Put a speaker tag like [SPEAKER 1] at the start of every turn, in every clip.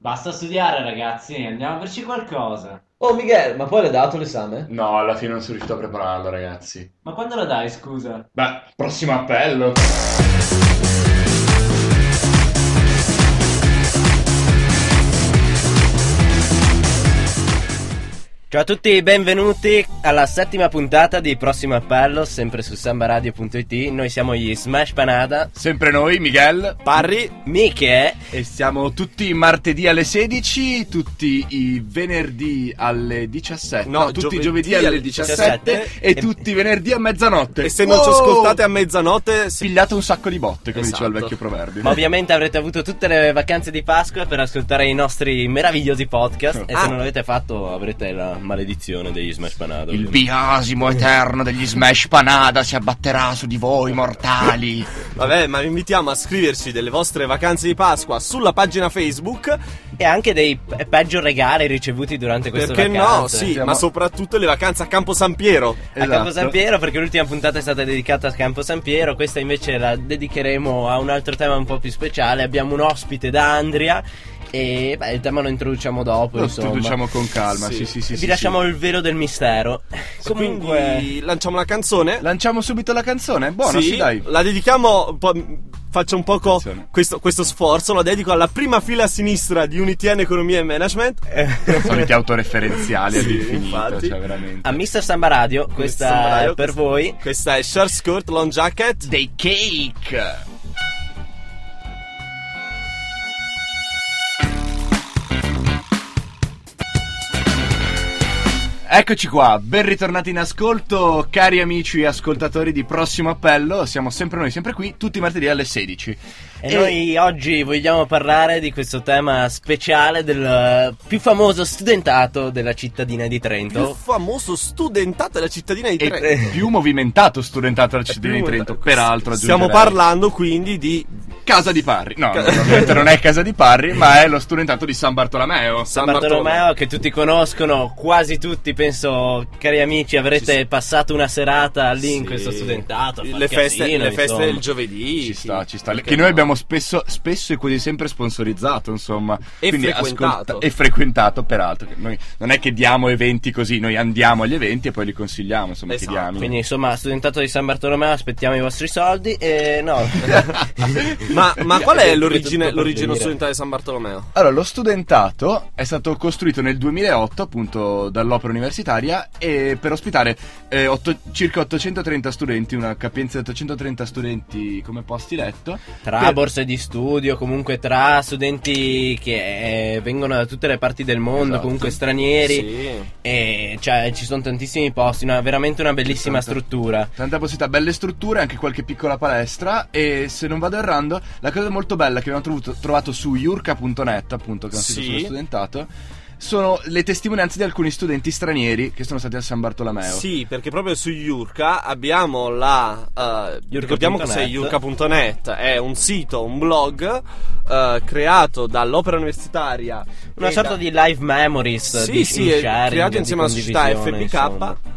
[SPEAKER 1] Basta studiare, ragazzi, andiamo a farci qualcosa.
[SPEAKER 2] Oh, Miguel, ma poi l'hai dato l'esame?
[SPEAKER 3] No, alla fine non sono riuscito a prepararlo, ragazzi.
[SPEAKER 1] Ma quando lo dai, scusa?
[SPEAKER 3] Beh, prossimo appello.
[SPEAKER 4] Ciao a tutti, benvenuti alla settima puntata di Prossimo Appello, sempre su sambaradio.it. Noi siamo gli Smash Panada,
[SPEAKER 3] Sempre noi, Miguel.
[SPEAKER 5] Parri
[SPEAKER 4] Miche eh?
[SPEAKER 5] e siamo tutti i martedì alle 16, tutti i venerdì alle 17,
[SPEAKER 3] No,
[SPEAKER 5] tutti i
[SPEAKER 3] giovedì
[SPEAKER 5] giovedì alle
[SPEAKER 3] alle
[SPEAKER 5] 17, e,
[SPEAKER 4] e-
[SPEAKER 5] tutti i venerdì a mezzanotte.
[SPEAKER 3] E
[SPEAKER 5] E
[SPEAKER 3] se
[SPEAKER 5] se
[SPEAKER 3] non
[SPEAKER 5] non
[SPEAKER 3] ci
[SPEAKER 5] ci
[SPEAKER 3] ascoltate
[SPEAKER 5] ascoltate a mezzanotte,
[SPEAKER 3] Pigliate Oh! un sacco di botte, come
[SPEAKER 5] Esatto.
[SPEAKER 3] diceva il vecchio proverbio.
[SPEAKER 4] Ma ovviamente avrete avuto tutte le vacanze di Pasqua per ascoltare i nostri meravigliosi podcast. E
[SPEAKER 5] Ah.
[SPEAKER 4] se non l'avete fatto, avrete la maledizione degli Smash Panada.
[SPEAKER 6] Il
[SPEAKER 4] ovviamente.
[SPEAKER 6] biasimo eterno degli Smash Panada si abbatterà su di voi mortali.
[SPEAKER 5] vabbè, ma vi invitiamo a scriverci delle vostre vacanze di Pasqua sulla pagina Facebook,
[SPEAKER 4] E anche dei pe- peggio regali ricevuti durante queste
[SPEAKER 5] perché
[SPEAKER 4] vacanze. eh,
[SPEAKER 5] no, sì,
[SPEAKER 3] Siamo-
[SPEAKER 5] ma soprattutto le vacanze a Campo San Piero.
[SPEAKER 4] A
[SPEAKER 5] Esatto.
[SPEAKER 4] Campo
[SPEAKER 3] Esatto.
[SPEAKER 4] San Piero, perché l'ultima puntata è stata dedicata a Campo San Piero, questa invece la dedicheremo a un altro tema un po' più speciale. Abbiamo un ospite da Andria e beh, il tema lo introduciamo dopo.
[SPEAKER 3] Lo
[SPEAKER 4] insomma.
[SPEAKER 3] studiamo con calma, sì,
[SPEAKER 5] Sì.
[SPEAKER 3] sì, sì.
[SPEAKER 4] Vi
[SPEAKER 3] sì,
[SPEAKER 4] lasciamo il velo del mistero. Comunque,
[SPEAKER 5] Quindi lanciamo la canzone.
[SPEAKER 3] sì. Lanciamo subito la canzone, buono, sì, dai.
[SPEAKER 5] La dedichiamo. un po'- Faccio un poco
[SPEAKER 3] Attenzione.
[SPEAKER 5] questo, questo sforzo, lo dedico alla prima fila a sinistra di UNITN Economia e Management.
[SPEAKER 4] Eh,
[SPEAKER 3] Soliti autoreferenziali
[SPEAKER 5] Sì,
[SPEAKER 3] all'infinito,
[SPEAKER 5] infatti.
[SPEAKER 3] cioè veramente.
[SPEAKER 4] a Mr. Samba Radio, questa
[SPEAKER 5] Samba
[SPEAKER 4] è per
[SPEAKER 5] Radio.
[SPEAKER 4] voi.
[SPEAKER 5] Questa è Short Skirt Long Jacket.
[SPEAKER 6] Dei cake.
[SPEAKER 3] Eccoci qua, ben ritornati in ascolto, cari amici e ascoltatori di Prossimo Appello. Siamo sempre noi, sempre qui, tutti i martedì alle 16.
[SPEAKER 4] E noi oggi vogliamo parlare di questo tema speciale del eh, più famoso studentato della cittadina di
[SPEAKER 5] Il
[SPEAKER 4] Trento.
[SPEAKER 5] famoso studentato della cittadina di
[SPEAKER 3] E
[SPEAKER 5] Trento.
[SPEAKER 3] più movimentato studentato alla cittadina di Trento, peraltro
[SPEAKER 5] Stiamo
[SPEAKER 3] aggiungerei.
[SPEAKER 5] parlando quindi di
[SPEAKER 3] Casa di Parri. No, no, no, ovviamente non è Casa di Parri, ma è lo studentato di San Bartolomeo.
[SPEAKER 4] San Bartolomeo che tutti conoscono, quasi tutti, penso, cari amici, avrete passato una serata lì in questo studentato. a far
[SPEAKER 5] Le feste,
[SPEAKER 4] casino,
[SPEAKER 5] le feste
[SPEAKER 4] insomma.
[SPEAKER 5] del giovedì.
[SPEAKER 3] Ci
[SPEAKER 5] sì.
[SPEAKER 3] sta, ci sta.
[SPEAKER 5] Perché
[SPEAKER 3] Che noi
[SPEAKER 5] no?
[SPEAKER 3] abbiamo spesso, spesso e quasi sempre sponsorizzato, insomma.
[SPEAKER 5] E
[SPEAKER 3] Quindi
[SPEAKER 5] frequentato.
[SPEAKER 3] ascolta- e frequentato, peraltro. Che Noi non è che diamo eventi così, noi andiamo agli eventi e poi li consigliamo, insomma,
[SPEAKER 5] Esatto.
[SPEAKER 3] chiediamo.
[SPEAKER 4] Quindi insomma, studentato di San Bartolomeo, aspettiamo i vostri soldi e no.
[SPEAKER 5] Ma, ma qual è l'origine,
[SPEAKER 4] tutto per
[SPEAKER 5] l'origine
[SPEAKER 4] finire.
[SPEAKER 5] studentale di San Bartolomeo?
[SPEAKER 3] Allora, lo studentato è stato costruito nel 2008 appunto dall'Opera Universitaria e per ospitare eh, otto- circa 830 studenti, una capienza di 830 studenti come posti letto.
[SPEAKER 4] Tra
[SPEAKER 3] Per-
[SPEAKER 4] borse di studio, comunque tra studenti che eh, vengono da tutte le parti del mondo,
[SPEAKER 3] Esatto.
[SPEAKER 4] comunque stranieri.
[SPEAKER 5] Sì.
[SPEAKER 4] E cioè, ci sono tantissimi posti, una- veramente una bellissima
[SPEAKER 5] Esatto.
[SPEAKER 3] Tanta-
[SPEAKER 4] struttura.
[SPEAKER 3] Tanta possibilità, belle strutture, anche qualche piccola palestra e se non vado errando, la cosa molto bella che abbiamo trovuto- trovato su yurka.net, appunto, che è un sito
[SPEAKER 5] Sì.
[SPEAKER 3] sullo studentato, sono le testimonianze di alcuni studenti stranieri che sono stati a San Bartolomeo.
[SPEAKER 5] Sì, perché proprio su Yurka abbiamo la. eh,
[SPEAKER 4] Yurka.net.
[SPEAKER 5] ricordiamo cos'è Yurka.net? È un sito, un blog eh, creato dall'Opera Universitaria.
[SPEAKER 4] Una
[SPEAKER 5] e
[SPEAKER 4] sorta
[SPEAKER 5] da-
[SPEAKER 4] di live memories
[SPEAKER 5] Sì,
[SPEAKER 4] di,
[SPEAKER 5] sì,
[SPEAKER 4] in
[SPEAKER 5] è
[SPEAKER 4] sharing,
[SPEAKER 5] creato
[SPEAKER 4] di
[SPEAKER 5] insieme alla società
[SPEAKER 4] condivisione,
[SPEAKER 5] FPK.
[SPEAKER 4] insomma.
[SPEAKER 5] Eh,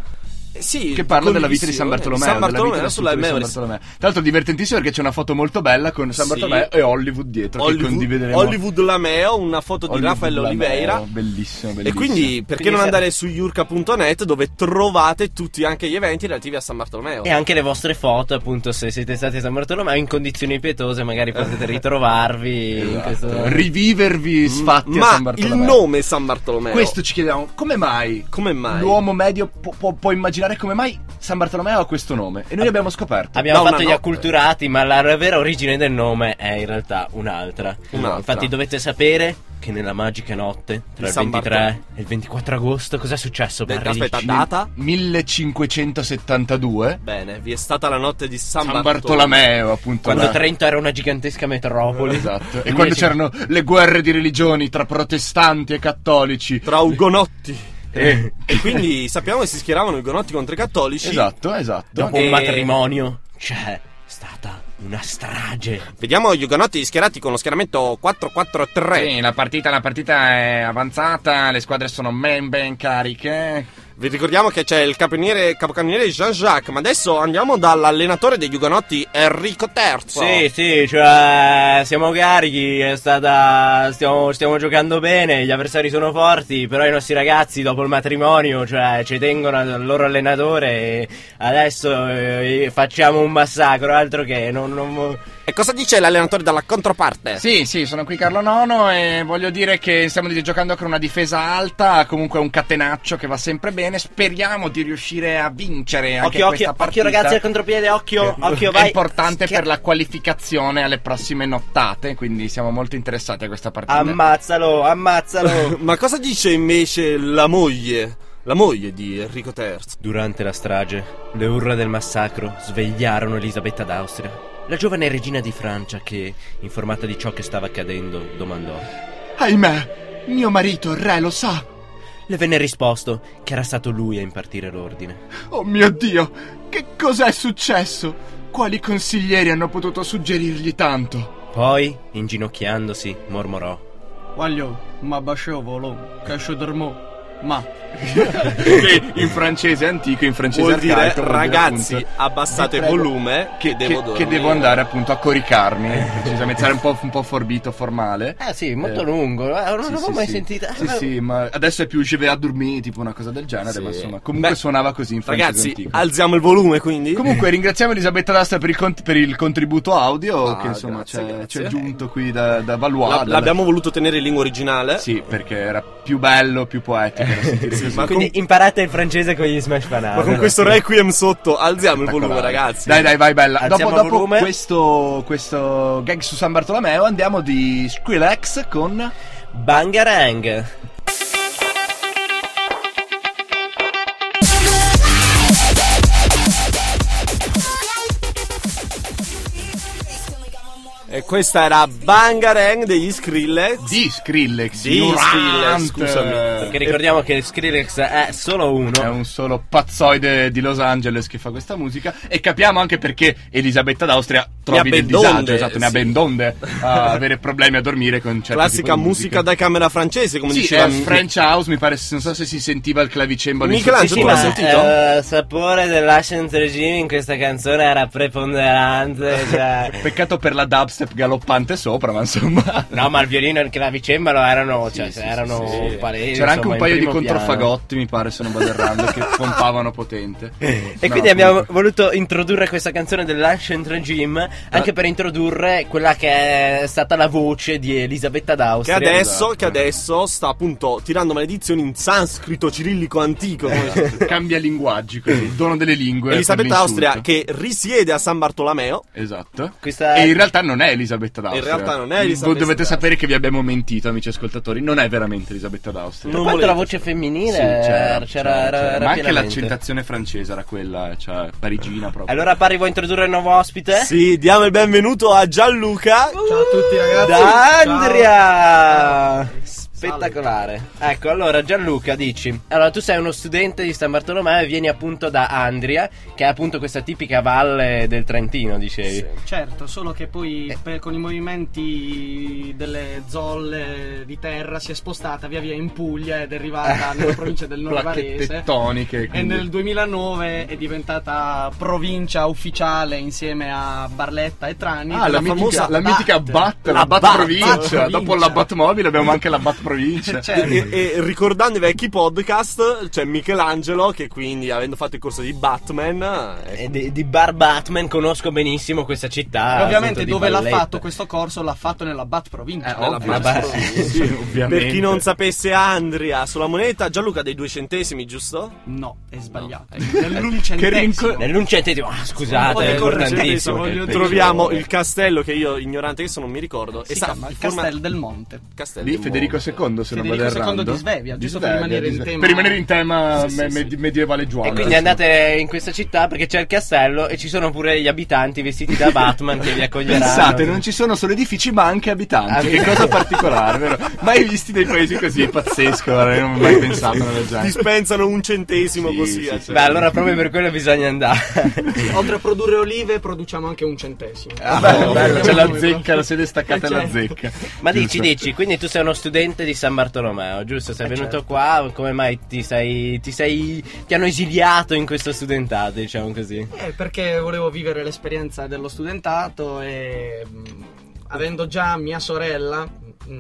[SPEAKER 5] Sì,
[SPEAKER 3] che parla della vita di San
[SPEAKER 5] condivisione.
[SPEAKER 3] Bartolomeo,
[SPEAKER 5] eh. San Bartolomeo
[SPEAKER 3] della vita
[SPEAKER 5] sulla
[SPEAKER 3] della struttura di
[SPEAKER 5] Memories.
[SPEAKER 3] San Bartolomeo. Tra l'altro divertentissimo perché c'è una foto molto bella con San
[SPEAKER 5] Sì.
[SPEAKER 3] Bartolomeo e Hollywood dietro che
[SPEAKER 5] Hollywood,
[SPEAKER 3] condivideremo.
[SPEAKER 5] Hollywood Lameo, una foto di
[SPEAKER 3] Hollywood
[SPEAKER 5] Raffaele
[SPEAKER 3] Lameo,
[SPEAKER 5] Oliveira.
[SPEAKER 3] Bellissimo, bellissimo.
[SPEAKER 5] E quindi perché
[SPEAKER 4] Quindi
[SPEAKER 5] non
[SPEAKER 4] se-
[SPEAKER 5] andare su yurka.net dove trovate tutti anche gli eventi relativi a San Bartolomeo?
[SPEAKER 4] E anche le vostre foto, appunto, se siete stati a San Bartolomeo in condizioni pietose, magari potete ritrovarvi in
[SPEAKER 3] Esatto.
[SPEAKER 4] questo.
[SPEAKER 3] rivivervi sfatti a
[SPEAKER 5] Mm. Ma
[SPEAKER 3] San
[SPEAKER 5] il
[SPEAKER 3] Bartolomeo.
[SPEAKER 5] nome San Bartolomeo
[SPEAKER 3] Questo ci chiediamo, come mai?
[SPEAKER 5] come mai?
[SPEAKER 3] L'uomo medio può, può- può immaginare come mai San Bartolomeo ha questo nome e noi abbiamo scoperto.
[SPEAKER 4] Abbiamo
[SPEAKER 5] Da
[SPEAKER 4] fatto
[SPEAKER 5] una
[SPEAKER 4] gli
[SPEAKER 5] notte.
[SPEAKER 4] acculturati, ma la vera origine del nome è in realtà un'altra.
[SPEAKER 5] Un'altra.
[SPEAKER 4] Infatti, dovete sapere che nella magica notte tra il
[SPEAKER 5] San
[SPEAKER 4] 23 e il 24 agosto, cos'è successo?
[SPEAKER 5] Beh,
[SPEAKER 4] Barry?
[SPEAKER 5] aspetta,
[SPEAKER 4] Dici.
[SPEAKER 5] data?
[SPEAKER 3] 1572
[SPEAKER 5] Bene, vi è stata la notte di San,
[SPEAKER 3] San, Bartolomeo, appunto.
[SPEAKER 4] Quando
[SPEAKER 3] una-
[SPEAKER 4] Trento era una gigantesca metropoli.
[SPEAKER 3] Esatto. E
[SPEAKER 4] Nel
[SPEAKER 3] quando
[SPEAKER 4] 15
[SPEAKER 3] c'erano le guerre di religioni tra protestanti e cattolici.
[SPEAKER 5] Tra Ugonotti.
[SPEAKER 3] E-
[SPEAKER 5] e quindi sappiamo che si schieravano i Ugonotti contro i cattolici.
[SPEAKER 3] Esatto, esatto.
[SPEAKER 4] Dopo
[SPEAKER 5] E-
[SPEAKER 4] un matrimonio c'è stata una strage.
[SPEAKER 5] Vediamo gli Ugonotti schierati con lo schieramento 4-4-3.
[SPEAKER 6] la partita, la partita è avanzata, le squadre sono ben ben cariche.
[SPEAKER 5] Vi ricordiamo che c'è il caponiere- capocannoniere Jean-Jacques, ma adesso andiamo dall'allenatore degli Ugonotti Enrico III.
[SPEAKER 4] Sì, sì, cioè siamo carichi, è stata, stiamo, stiamo giocando bene, gli avversari sono forti, però i nostri ragazzi dopo il matrimonio cioè, ci tengono al loro allenatore e adesso eh, facciamo un massacro, altro che non... non-
[SPEAKER 5] E cosa dice l'allenatore dalla
[SPEAKER 4] Eh.
[SPEAKER 5] controparte?
[SPEAKER 6] Sì, sì, sono qui Carlo Nono e voglio dire che stiamo di- giocando con una difesa alta, comunque un catenaccio che va sempre bene. Speriamo di riuscire a vincere anche questa
[SPEAKER 4] Occhio, occhio,
[SPEAKER 6] partita.
[SPEAKER 4] occhio ragazzi al contropiede, occhio, occhio, vai.
[SPEAKER 6] È importante
[SPEAKER 4] Schia-
[SPEAKER 6] per la qualificazione alle prossime nottate, quindi siamo molto interessati a questa partita.
[SPEAKER 4] Ammazzalo, ammazzalo.
[SPEAKER 5] Ma cosa dice invece la moglie? La moglie di Enrico III.
[SPEAKER 4] Durante la strage, le urla del massacro svegliarono Elisabetta d'Austria, la giovane regina di Francia che, informata di ciò che stava accadendo, domandò.
[SPEAKER 6] Ahimè, mio marito, il re, lo sa.
[SPEAKER 4] Le venne risposto che era stato lui a impartire l'ordine.
[SPEAKER 6] Oh mio Dio, che cos'è successo? Quali consiglieri hanno potuto suggerirgli tanto?
[SPEAKER 4] Poi, inginocchiandosi, mormorò.
[SPEAKER 7] Voglio, ma bascevo volo, cascio dormò, ma...
[SPEAKER 3] Che in francese antico, in francese
[SPEAKER 5] Vuol dire,
[SPEAKER 3] arcaico, vuol dire,
[SPEAKER 5] ragazzi,
[SPEAKER 3] appunto,
[SPEAKER 5] abbassate
[SPEAKER 3] vi
[SPEAKER 5] il
[SPEAKER 3] prego,
[SPEAKER 5] volume
[SPEAKER 3] che,
[SPEAKER 5] che,
[SPEAKER 3] che-
[SPEAKER 5] devo
[SPEAKER 3] che
[SPEAKER 5] dormire.
[SPEAKER 3] devo andare appunto a coricarmi, eh, precisamente, sarà un po', un po' forbito, formale.
[SPEAKER 4] Ah sì,
[SPEAKER 3] molto
[SPEAKER 4] lungo, eh, non
[SPEAKER 3] Eh. Sì, sì, sì. Sì, sì, ma adesso è più je vais a dormire, tipo una cosa del genere,
[SPEAKER 5] Sì.
[SPEAKER 3] ma insomma, comunque
[SPEAKER 5] Beh,
[SPEAKER 3] suonava così in francese
[SPEAKER 5] Ragazzi,
[SPEAKER 3] antico.
[SPEAKER 5] alziamo il volume quindi.
[SPEAKER 3] Comunque ringraziamo Elisabetta D'Asta per il, cont- per il contributo audio
[SPEAKER 5] Ah,
[SPEAKER 3] che insomma
[SPEAKER 5] grazie,
[SPEAKER 3] c'è,
[SPEAKER 5] grazie.
[SPEAKER 3] c'è giunto qui da, da Valois,
[SPEAKER 5] La-
[SPEAKER 3] dalla-
[SPEAKER 5] l'abbiamo voluto tenere in lingua originale.
[SPEAKER 3] Sì, perché era più bello, più poetico da sentire
[SPEAKER 5] Sì,
[SPEAKER 3] così.
[SPEAKER 5] ma
[SPEAKER 4] Quindi imparate il francese con gli Smash Banana.
[SPEAKER 5] Ma con questo Requiem sotto, alziamo il volume,
[SPEAKER 3] Spettacolare.
[SPEAKER 5] ragazzi.
[SPEAKER 3] Dai, dai, vai bella.
[SPEAKER 4] Alziamo
[SPEAKER 3] dopo dopo
[SPEAKER 4] volume.
[SPEAKER 3] questo, questo gag su San Bartolomeo andiamo di Skrillex con...
[SPEAKER 4] Bangarang.
[SPEAKER 5] E questa era Bangarang degli Skrillex.
[SPEAKER 3] Di Skrillex.
[SPEAKER 5] Di
[SPEAKER 3] ignorante.
[SPEAKER 5] Skrillex, scusami.
[SPEAKER 4] Perché ricordiamo che Skrillex è solo
[SPEAKER 3] È
[SPEAKER 4] uno.
[SPEAKER 3] un solo pazzoide di Los Angeles che fa questa musica e capiamo anche perché Elisabetta d'Austria trovi del
[SPEAKER 5] ben
[SPEAKER 3] disagio,
[SPEAKER 5] donde,
[SPEAKER 3] esatto, ne ha
[SPEAKER 5] sì.
[SPEAKER 3] ben donde a avere problemi a dormire con certi
[SPEAKER 5] Classica
[SPEAKER 3] tipi di
[SPEAKER 5] musica da camera francese, come
[SPEAKER 3] Sì,
[SPEAKER 5] diceva
[SPEAKER 3] è French House, mi pare, non so se si sentiva il clavicembalo in
[SPEAKER 5] Michelangelo,
[SPEAKER 3] sottofondo.
[SPEAKER 5] tu l'hai sentito?
[SPEAKER 4] eh, il sapore dell'Ascent Regime in questa canzone era preponderante. cioè.
[SPEAKER 3] Peccato per la dubstep galoppante sopra, ma insomma.
[SPEAKER 4] No, ma il violino e il clavicembalo erano, cioè, erano palesi,
[SPEAKER 3] C'era
[SPEAKER 4] insomma,
[SPEAKER 3] anche un
[SPEAKER 4] in
[SPEAKER 3] paio di
[SPEAKER 4] primo piano.
[SPEAKER 3] controfagotti, mi pare, se non vado errando, che pompavano potente.
[SPEAKER 4] E quindi abbiamo voluto introdurre questa canzone dell'Ancient Regime
[SPEAKER 3] Eh.
[SPEAKER 4] anche per introdurre quella che è stata la voce di Elisabetta
[SPEAKER 5] Che
[SPEAKER 4] d'Austria.
[SPEAKER 5] adesso, che adesso sta appunto tirando maledizioni in sanscrito cirillico antico. come si-
[SPEAKER 3] Cambia linguaggi, quindi il dono delle lingue.
[SPEAKER 5] Mm. Elisabetta
[SPEAKER 3] per l'insulto.
[SPEAKER 5] Austria che risiede a San Bartolomeo.
[SPEAKER 3] Esatto.
[SPEAKER 4] Questa-
[SPEAKER 3] E in realtà non è Elisabetta d'Austria.
[SPEAKER 5] In realtà non è Elisabetta
[SPEAKER 3] Voi dovete
[SPEAKER 5] d'Austria.
[SPEAKER 3] sapere che vi abbiamo mentito, amici ascoltatori. Non è veramente Elisabetta d'Austria.
[SPEAKER 4] Per
[SPEAKER 5] Non
[SPEAKER 4] quanto
[SPEAKER 5] volete,
[SPEAKER 4] la voce femminile c'era, era- era
[SPEAKER 3] certo, ma anche
[SPEAKER 4] pienamente.
[SPEAKER 3] l'accentazione francese era quella, cioè parigina proprio.
[SPEAKER 4] Allora, Pari, vuoi introdurre il nuovo ospite?
[SPEAKER 5] Sì, diamo il benvenuto a Gianluca.
[SPEAKER 7] Ciao a tutti ragazzi!
[SPEAKER 4] Da
[SPEAKER 7] Ciao.
[SPEAKER 4] Andrea! Spettacolare. Ecco, allora Gianluca dici. Allora, tu sei uno studente di San Bartolomeo e vieni appunto da Andria, che è appunto questa tipica valle del Trentino, dicevi.
[SPEAKER 7] Certo, solo che
[SPEAKER 3] Eh.
[SPEAKER 7] poi per- con i movimenti delle zolle di terra si è spostata via via in Puglia ed è arrivata nella provincia del Nord
[SPEAKER 3] Placche
[SPEAKER 7] Varese.
[SPEAKER 3] Eh. tettoniche.
[SPEAKER 7] E
[SPEAKER 3] quindi-
[SPEAKER 7] nel 2009 è diventata provincia ufficiale insieme a Barletta e Trani.
[SPEAKER 3] Ah, la,
[SPEAKER 5] La
[SPEAKER 3] mitica,
[SPEAKER 5] famosa
[SPEAKER 3] la mitica Bat, la,
[SPEAKER 5] La
[SPEAKER 3] Bat,
[SPEAKER 5] Bat
[SPEAKER 3] provincia.
[SPEAKER 7] Provincia.
[SPEAKER 3] Dopo la Bat mobile abbiamo anche la Bat provincia.
[SPEAKER 7] Certo.
[SPEAKER 5] E, e ricordando i vecchi podcast, c'è Michelangelo che quindi avendo fatto il corso di Batman eh,
[SPEAKER 4] E Di, di Bar Batman conosco benissimo questa città.
[SPEAKER 7] Ovviamente
[SPEAKER 4] appunto,
[SPEAKER 3] Ah,
[SPEAKER 4] di
[SPEAKER 7] dove l'ha
[SPEAKER 4] Valletta.
[SPEAKER 7] fatto questo corso l'ha fatto nella Bat provincia.
[SPEAKER 3] Eh, ovvio.
[SPEAKER 5] nella Bat Provincia.
[SPEAKER 3] Sì, ovviamente.
[SPEAKER 5] Per chi non sapesse Andria sulla moneta, Gianluca dei due centesimi, giusto?
[SPEAKER 7] No, è sbagliato. Nell'undicentesimo.
[SPEAKER 3] Che rinco-
[SPEAKER 4] Nell'uncentesimo, ah,
[SPEAKER 7] Un po'
[SPEAKER 4] scusate,
[SPEAKER 7] di
[SPEAKER 4] è
[SPEAKER 7] correttezza,
[SPEAKER 4] importantissimo.
[SPEAKER 7] voglio dire.
[SPEAKER 5] Troviamo il castello che io ignorante che sono non mi ricordo.
[SPEAKER 7] Si
[SPEAKER 5] sa-
[SPEAKER 7] chiama il
[SPEAKER 3] Esatto,
[SPEAKER 5] forma-
[SPEAKER 7] Castel del Monte.
[SPEAKER 5] Castello
[SPEAKER 3] Lì
[SPEAKER 5] del
[SPEAKER 3] Federico
[SPEAKER 5] Monte.
[SPEAKER 3] II, se non
[SPEAKER 7] Federico
[SPEAKER 3] vado
[SPEAKER 7] II
[SPEAKER 3] errando.
[SPEAKER 7] di Svevia, giusto per
[SPEAKER 3] Svevia,
[SPEAKER 7] rimanere
[SPEAKER 3] di
[SPEAKER 7] in
[SPEAKER 3] Sve-
[SPEAKER 7] tema-
[SPEAKER 3] Per rimanere in tema
[SPEAKER 5] Sì, sì,
[SPEAKER 3] me-
[SPEAKER 5] sì.
[SPEAKER 3] med- medievale giuano.
[SPEAKER 4] E quindi andate in questa città perché c'è il castello e ci sono pure gli abitanti vestiti da Batman che vi accoglieranno.
[SPEAKER 3] Pensate, non ci sono solo edifici, ma anche abitanti. Che cosa particolare, vero? Mai visti dei paesi così pazzesco, guarda, non ho mai pensato a una del genere.
[SPEAKER 5] Dispensano un centesimo
[SPEAKER 3] Sì,
[SPEAKER 5] così.
[SPEAKER 3] sì,
[SPEAKER 5] eh.
[SPEAKER 3] sì.
[SPEAKER 4] Beh, allora proprio per quello bisogna andare.
[SPEAKER 7] Oltre a produrre olive, produciamo anche un centesimo.
[SPEAKER 6] Ah,
[SPEAKER 3] Bello, bello, c'è la zecca, la sede staccata e la
[SPEAKER 7] Certo.
[SPEAKER 3] zecca.
[SPEAKER 4] Ma dici,
[SPEAKER 3] Giusto.
[SPEAKER 4] dici, quindi tu sei uno studente di di San Bartolomeo, giusto? Sei
[SPEAKER 2] Eh,
[SPEAKER 4] venuto
[SPEAKER 2] certo.
[SPEAKER 4] qua, come mai ti sei, ti sei. ti hanno esiliato in questo studentato, diciamo così?
[SPEAKER 7] Eh, perché volevo vivere l'esperienza dello studentato e mh, avendo già mia sorella mh,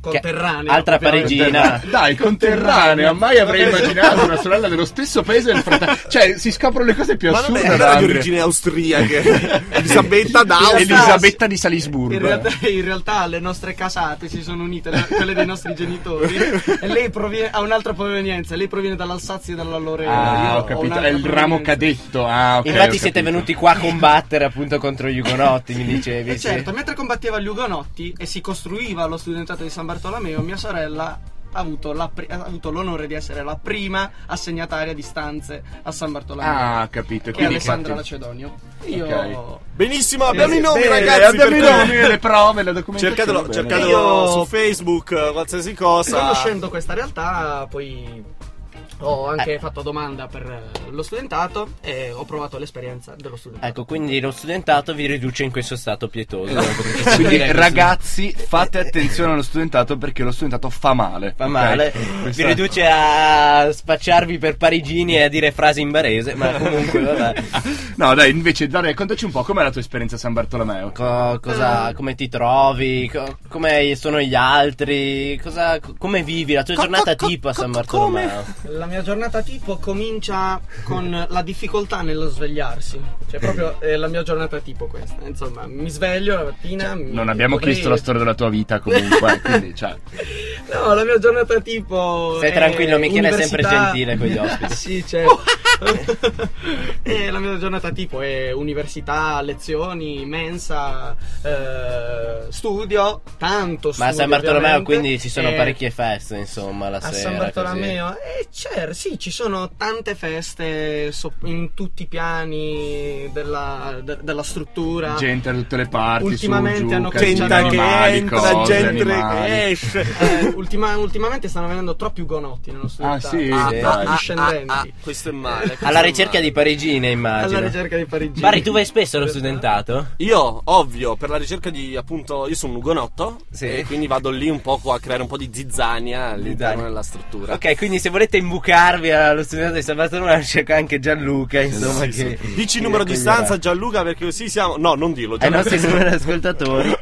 [SPEAKER 7] conterranea.
[SPEAKER 4] altra
[SPEAKER 7] proprio-
[SPEAKER 4] parigina.
[SPEAKER 6] Dai, conterranea, mai avrei immaginato una sorella dello stesso paese del fratello. Cioè, si scoprono le cose più
[SPEAKER 5] Ma non
[SPEAKER 6] assurde.
[SPEAKER 5] era
[SPEAKER 6] da
[SPEAKER 5] di
[SPEAKER 6] Andre.
[SPEAKER 5] origine austriache. Elisabetta d'Austria.
[SPEAKER 6] Elisabetta di
[SPEAKER 7] In
[SPEAKER 6] Salisburgo.
[SPEAKER 7] realtà, in realtà le nostre casate si sono unite, le- quelle dei nostri genitori, e lei proviene- ha un'altra provenienza, lei proviene dall'Alsazia e dalla Lorena. io
[SPEAKER 6] Ah, ho
[SPEAKER 7] ho
[SPEAKER 6] capito,
[SPEAKER 7] un'altra
[SPEAKER 6] è il ramo
[SPEAKER 7] provenienza.
[SPEAKER 6] cadetto. Ah, ok,
[SPEAKER 4] Infatti
[SPEAKER 6] ho
[SPEAKER 4] siete
[SPEAKER 6] capito.
[SPEAKER 4] venuti qua a combattere appunto contro gli Ugonotti, mi dicevi.
[SPEAKER 7] E
[SPEAKER 4] sì.
[SPEAKER 7] certo, mentre combatteva gli Ugonotti e si costruiva lo studentato di San Bartolomeo, mia sorella ha avuto, la pri- ha avuto l'onore di essere la prima assegnataria di stanze a San Bartolomeo.
[SPEAKER 6] Ah, capito.
[SPEAKER 7] che è
[SPEAKER 6] Quindi
[SPEAKER 7] Alessandra
[SPEAKER 6] infatti-
[SPEAKER 7] Lacedonio. Io,
[SPEAKER 6] Ok.
[SPEAKER 5] Benissimo, abbiamo i nomi,
[SPEAKER 6] Bene,
[SPEAKER 5] ragazzi.
[SPEAKER 6] Abbiamo i
[SPEAKER 5] perché-
[SPEAKER 6] nomi e le prove, la documentazione.
[SPEAKER 5] Cercatelo,
[SPEAKER 6] bene.
[SPEAKER 5] cercatelo
[SPEAKER 7] Io-
[SPEAKER 5] su Facebook, eh, qualsiasi cosa.
[SPEAKER 7] conoscendo questa realtà, poi ho anche fatto domanda per eh, lo studentato e ho provato l'esperienza dello studentato.
[SPEAKER 4] Ecco, quindi lo studentato vi riduce in questo stato pietoso. come potete
[SPEAKER 3] Quindi
[SPEAKER 4] sapere,
[SPEAKER 3] ragazzi, fate attenzione allo studentato perché lo studentato fa male.
[SPEAKER 4] eh, Fa
[SPEAKER 3] ok?
[SPEAKER 4] male,
[SPEAKER 3] Questa-
[SPEAKER 4] vi riduce a spacciarvi per parigini e a dire frasi in barese, ma comunque vabbè.
[SPEAKER 3] No, dai, invece, Dario, raccontaci un po' com'è la tua esperienza a San Bartolomeo.
[SPEAKER 4] Co- cosa,
[SPEAKER 7] Ah.
[SPEAKER 4] come ti trovi? Co- come sono gli altri? Cosa, co- come vivi la tua giornata tipo a San Bartolomeo?
[SPEAKER 7] La mia giornata tipo comincia con la difficoltà nello svegliarsi. Cioè, proprio è la mia giornata tipo questa. Insomma, mi sveglio la mattina.
[SPEAKER 4] Cioè,
[SPEAKER 7] mi-
[SPEAKER 3] Non abbiamo
[SPEAKER 4] Ecco,
[SPEAKER 7] potrei-
[SPEAKER 4] eh.
[SPEAKER 3] chiesto la storia della tua vita comunque, quindi, cioè,
[SPEAKER 7] No, la mia giornata tipo.
[SPEAKER 4] Stai
[SPEAKER 7] è
[SPEAKER 4] tranquillo, Michele è sempre
[SPEAKER 7] università-
[SPEAKER 4] gentile con gli ospiti.
[SPEAKER 7] sì, certo. e la mia giornata tipo è università, lezioni, mensa, eh, studio, tanto studio.
[SPEAKER 4] Ma a San Bartolomeo
[SPEAKER 7] ovviamente, Eh,
[SPEAKER 4] quindi ci sono
[SPEAKER 7] e-
[SPEAKER 4] parecchie feste, insomma, la
[SPEAKER 7] a
[SPEAKER 4] sera.
[SPEAKER 7] San
[SPEAKER 4] così.
[SPEAKER 7] Bartolomeo? Eh, c'è, sì, ci sono tante feste so- in tutti i piani della, de- della struttura.
[SPEAKER 3] gente da tutte le parti,
[SPEAKER 7] Ultimamente
[SPEAKER 3] su, giù,
[SPEAKER 7] hanno
[SPEAKER 3] casini,
[SPEAKER 5] gente
[SPEAKER 7] cacciato-
[SPEAKER 5] che
[SPEAKER 3] animali,
[SPEAKER 5] entra,
[SPEAKER 3] cose,
[SPEAKER 5] gente eh,
[SPEAKER 3] animali.
[SPEAKER 5] che esce.
[SPEAKER 7] Eh, ultima- ultimamente stanno venendo troppi ugonotti nello studio.
[SPEAKER 3] Ah, sì?
[SPEAKER 7] Ah,
[SPEAKER 4] Sì.
[SPEAKER 7] ah,
[SPEAKER 5] Ah,
[SPEAKER 7] discendenti.
[SPEAKER 5] ah, ah, questo è male. questo
[SPEAKER 4] Alla
[SPEAKER 5] è
[SPEAKER 4] ricerca
[SPEAKER 5] male.
[SPEAKER 4] di parigine, immagino.
[SPEAKER 7] Alla ricerca di Parigi.
[SPEAKER 4] Barry, tu vai spesso allo studentato?
[SPEAKER 5] Io, ovvio, per la ricerca di appunto. Io sono un ugonotto.
[SPEAKER 4] Sì.
[SPEAKER 5] E quindi vado lì un po' a creare un po' di zizzania all'interno
[SPEAKER 4] Zizzania.
[SPEAKER 5] della struttura.
[SPEAKER 4] Ok, quindi se volete imbucarvi allo studentato di San Bartolomeo c'è anche Gianluca, insomma, che...
[SPEAKER 5] Dici il numero di stanza, Gianluca, perché così siamo. No, non dirlo.
[SPEAKER 4] Ai
[SPEAKER 5] Gianluca.
[SPEAKER 4] nostri numeri ascoltatori.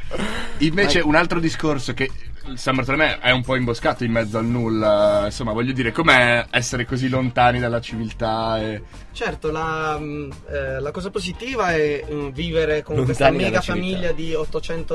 [SPEAKER 3] Invece un altro discorso che San Bartolomeo è un po' imboscato in mezzo al nulla, insomma voglio dire com'è essere così lontani dalla civiltà e...
[SPEAKER 7] Certo, la, mh, eh, la cosa positiva è mh, vivere con
[SPEAKER 4] Lontani
[SPEAKER 7] questa
[SPEAKER 4] dalla
[SPEAKER 7] mega
[SPEAKER 4] civiltà.
[SPEAKER 7] famiglia di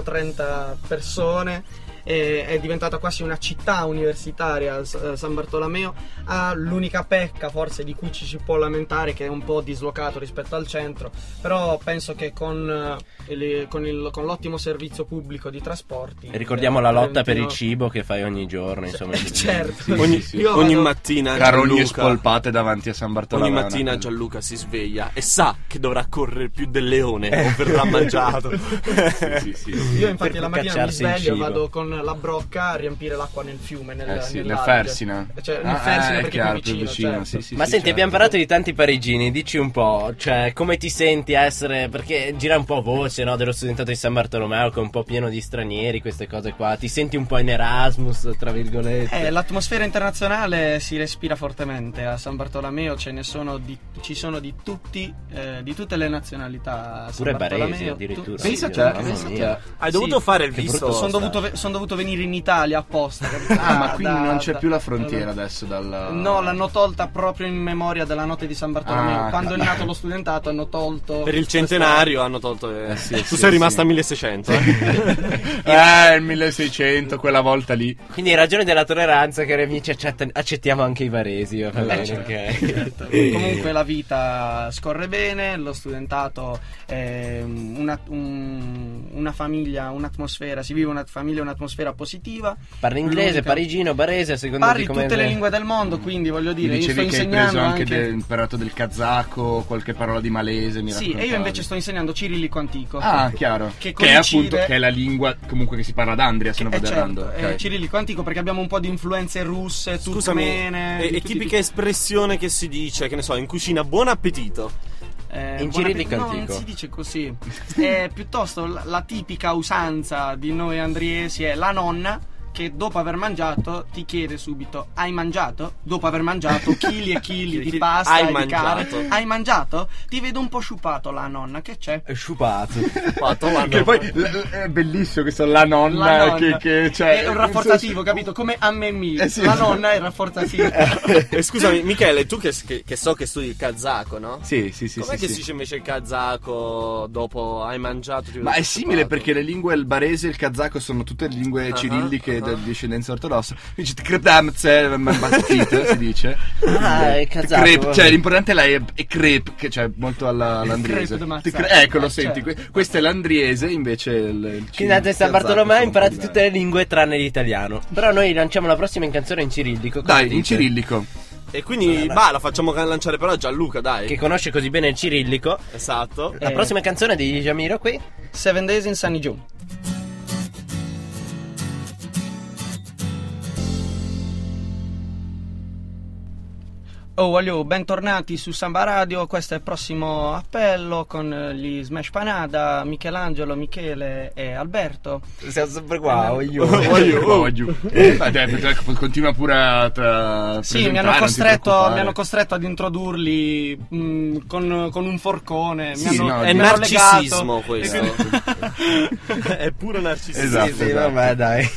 [SPEAKER 7] 830 persone. eh, è diventata quasi una città universitaria S- eh, San Bartolomeo ha l'unica pecca forse di cui ci si può lamentare che è un po' dislocato rispetto al centro però penso che con, eh, le- con il- con l'ottimo servizio pubblico di trasporti
[SPEAKER 4] Ricordiamo la lotta per il
[SPEAKER 7] Trentino-
[SPEAKER 4] cibo che fai ogni giorno, insomma.
[SPEAKER 7] certo
[SPEAKER 5] Ogni,
[SPEAKER 7] Io
[SPEAKER 5] ogni
[SPEAKER 7] vado-
[SPEAKER 5] mattina.
[SPEAKER 3] carogne
[SPEAKER 5] Eh, Gianluca-
[SPEAKER 3] spolpate davanti a San Bartolomeo.
[SPEAKER 5] Ogni mattina
[SPEAKER 4] eh.
[SPEAKER 3] Una cosa-
[SPEAKER 5] Gianluca si sveglia e sa che dovrà correre più del leone
[SPEAKER 4] Eh.
[SPEAKER 5] o verrà mangiato.
[SPEAKER 3] Eh. Sì, sì, Eh, sì.
[SPEAKER 7] Io infatti
[SPEAKER 4] Per
[SPEAKER 7] la mattina mi
[SPEAKER 4] cacciarsi in
[SPEAKER 7] sveglio e
[SPEAKER 4] cibo.
[SPEAKER 7] vado con la brocca a riempire l'acqua nel fiume, nel,
[SPEAKER 3] Eh sì, nel
[SPEAKER 7] nell'Adige.
[SPEAKER 3] Fersina.
[SPEAKER 7] Cioè, nel
[SPEAKER 3] Ah,
[SPEAKER 7] Fersina
[SPEAKER 3] eh,
[SPEAKER 7] perché
[SPEAKER 3] è chiaro,
[SPEAKER 7] è più vicino, certo.
[SPEAKER 3] sì, sì,
[SPEAKER 4] Ma senti,
[SPEAKER 3] sì, certo.
[SPEAKER 4] abbiamo parlato di tanti parigini, dici un po', cioè, come ti senti a essere, perché gira un po' voce, no, dello studentato di San Bartolomeo che è un po' pieno di stranieri, queste cose qua, ti senti un po' in Erasmus, tra virgolette?
[SPEAKER 7] Eh, l'atmosfera internazionale si respira fortemente a San Bartolomeo, ce ne sono di, ci sono di tutti, eh, di tutte le nazionalità. a San
[SPEAKER 4] Pure
[SPEAKER 7] Bartolomeo,
[SPEAKER 4] baresi, addirittura.
[SPEAKER 7] Tu-
[SPEAKER 4] Pensa
[SPEAKER 7] sì,
[SPEAKER 3] eh,
[SPEAKER 4] a te,
[SPEAKER 7] io-
[SPEAKER 4] pensa a te.
[SPEAKER 5] Hai dovuto
[SPEAKER 7] Sì.
[SPEAKER 5] fare il
[SPEAKER 4] Che
[SPEAKER 5] visto?
[SPEAKER 4] brutto
[SPEAKER 7] Sono
[SPEAKER 4] Posta.
[SPEAKER 7] dovuto, sono dovuto venire in Italia apposta. capito?
[SPEAKER 3] Ah, ma
[SPEAKER 7] Da-
[SPEAKER 3] quindi
[SPEAKER 7] da-
[SPEAKER 3] non c'è
[SPEAKER 7] da-
[SPEAKER 3] più la frontiera adesso dalla...
[SPEAKER 7] No, l'hanno tolta proprio in memoria della notte di San Bartolomeo.
[SPEAKER 3] Ah,
[SPEAKER 7] Quando è
[SPEAKER 3] capito.
[SPEAKER 7] nato lo studentato hanno tolto...
[SPEAKER 5] Per il
[SPEAKER 7] questa-
[SPEAKER 5] centenario hanno tolto. eh.
[SPEAKER 3] Eh sì,
[SPEAKER 5] tu
[SPEAKER 3] sì,
[SPEAKER 5] sei
[SPEAKER 3] sì.
[SPEAKER 5] rimasta a 1600. eh.
[SPEAKER 3] Eh, il 1600, quella volta lì.
[SPEAKER 4] Quindi in ragione della tolleranza, cari amici, accett- accettiamo anche i baresi, va bene,
[SPEAKER 7] Eh, certo.
[SPEAKER 4] ok?
[SPEAKER 3] Eh.
[SPEAKER 7] Comunque la vita scorre bene, lo studentato è una, un- una famiglia, un'atmosfera, si vive una famiglia, un'atmosfera positiva.
[SPEAKER 4] Parli inglese,
[SPEAKER 7] L'unica-
[SPEAKER 4] parigino, barese, a seconda
[SPEAKER 7] Parli
[SPEAKER 4] di come...
[SPEAKER 7] tutte le lingue del mondo, quindi voglio
[SPEAKER 3] Mi
[SPEAKER 7] dire, io sto
[SPEAKER 3] dicevi che hai
[SPEAKER 7] insegnando
[SPEAKER 3] preso anche,
[SPEAKER 7] anche...
[SPEAKER 3] del, imparato del kazako, qualche parola di malese, mi
[SPEAKER 7] Sì, e io
[SPEAKER 3] raccontavi.
[SPEAKER 7] invece sto insegnando cirillico antico. Eh,
[SPEAKER 3] Ah, chiaro.
[SPEAKER 7] Che
[SPEAKER 3] Che, è
[SPEAKER 7] coincide-
[SPEAKER 3] appunto che è la lingua comunque che si parla ad Andria, se non
[SPEAKER 7] Eh,
[SPEAKER 3] vado errando.
[SPEAKER 7] certo,
[SPEAKER 3] ok.
[SPEAKER 7] eh, cirillico antico perché abbiamo un po' di influenze russe,
[SPEAKER 5] Scusami,
[SPEAKER 7] turcmene.
[SPEAKER 5] e,
[SPEAKER 7] di
[SPEAKER 5] e
[SPEAKER 7] tutti i
[SPEAKER 5] tipica espressione che si dice, che ne so, in cucina, buon appetito.
[SPEAKER 7] Eh,
[SPEAKER 4] In
[SPEAKER 7] buon
[SPEAKER 4] cirillico
[SPEAKER 7] appetito. No,
[SPEAKER 4] antico.
[SPEAKER 7] non si dice così. Eh, È piuttosto la, la tipica usanza di noi andriesi è la nonna. che dopo aver mangiato ti chiede subito hai mangiato? Dopo aver mangiato chili e chili di pasta
[SPEAKER 5] Hai
[SPEAKER 7] e di
[SPEAKER 5] mangiato?
[SPEAKER 7] carne, hai mangiato? Ti vedo un po' sciupato la nonna, che c'è?
[SPEAKER 4] È sciupato.
[SPEAKER 5] Fatto, ma
[SPEAKER 3] Che
[SPEAKER 5] no.
[SPEAKER 3] poi l- l- è bellissimo questo la nonna,
[SPEAKER 7] La
[SPEAKER 3] che,
[SPEAKER 7] nonna.
[SPEAKER 3] che cioè,
[SPEAKER 7] è un rafforzativo, capito? Come a me mi.
[SPEAKER 3] Eh sì. Eh,
[SPEAKER 7] La nonna è rafforzativo.
[SPEAKER 5] E Eh, scusami, Michele, tu che, che- che so che studi il kazako, no?
[SPEAKER 3] Sì, sì, sì,
[SPEAKER 5] Com'è
[SPEAKER 3] sì,
[SPEAKER 5] che
[SPEAKER 3] sì.
[SPEAKER 5] si dice invece il kazako dopo hai mangiato? ti vedo
[SPEAKER 3] Ma è
[SPEAKER 5] sciupato?
[SPEAKER 3] simile perché le lingue il barese e il kazako sono tutte lingue
[SPEAKER 5] Ah,
[SPEAKER 3] cirilliche
[SPEAKER 5] ah.
[SPEAKER 3] di discendenza ortodossa. Quindi krepdamze, battite, si dice.
[SPEAKER 4] Ah, è kazako,
[SPEAKER 3] Crep-
[SPEAKER 4] vabbè.
[SPEAKER 3] cioè l'importante è la e- e crepe, che cioè molto alla, all'andriese.
[SPEAKER 7] Crepdamze.
[SPEAKER 3] Ti cre- ecco, lo
[SPEAKER 7] Eh,
[SPEAKER 3] senti,
[SPEAKER 7] certo.
[SPEAKER 3] que- questo è l'andriese, invece il, il
[SPEAKER 4] Quindi andate a
[SPEAKER 7] Esatto,
[SPEAKER 4] San
[SPEAKER 3] kazako
[SPEAKER 4] Bartolomeo
[SPEAKER 3] sono
[SPEAKER 4] imparate
[SPEAKER 3] un po'
[SPEAKER 4] tutte le lingue tranne l'italiano. Però noi lanciamo la prossima in canzone in cirillico. cosa
[SPEAKER 3] Dai, in
[SPEAKER 4] dite?
[SPEAKER 3] cirillico.
[SPEAKER 5] E quindi, bah, la facciamo ca- lanciare però a Gianluca, dai.
[SPEAKER 4] Che conosce così bene il cirillico.
[SPEAKER 5] Esatto.
[SPEAKER 4] La
[SPEAKER 7] Eh.
[SPEAKER 4] prossima canzone di Jamiro qui.
[SPEAKER 7] Seven Days in Sunny June. Oh, voglio bentornati su Samba Radio, questo è il prossimo appello con eh, gli Smash Panada, Michelangelo, Michele e Alberto.
[SPEAKER 4] Siamo sempre qua, oh, io.
[SPEAKER 3] Voglio, voglio. Ma dai, potete- continua pure a tra-
[SPEAKER 7] Sì, mi
[SPEAKER 3] presentare,
[SPEAKER 7] hanno,
[SPEAKER 3] non ti
[SPEAKER 7] costretto,
[SPEAKER 3] preoccupare.
[SPEAKER 7] mi hanno costretto ad introdurli mh, con, con un forcone.
[SPEAKER 3] Sì,
[SPEAKER 7] mi hanno,
[SPEAKER 3] no,
[SPEAKER 5] è
[SPEAKER 7] mi hanno
[SPEAKER 5] narcisismo
[SPEAKER 7] legato, e
[SPEAKER 5] questo. è pure narcisismo.
[SPEAKER 3] Esatto,
[SPEAKER 4] sì,
[SPEAKER 3] esatto.
[SPEAKER 4] vabbè, dai.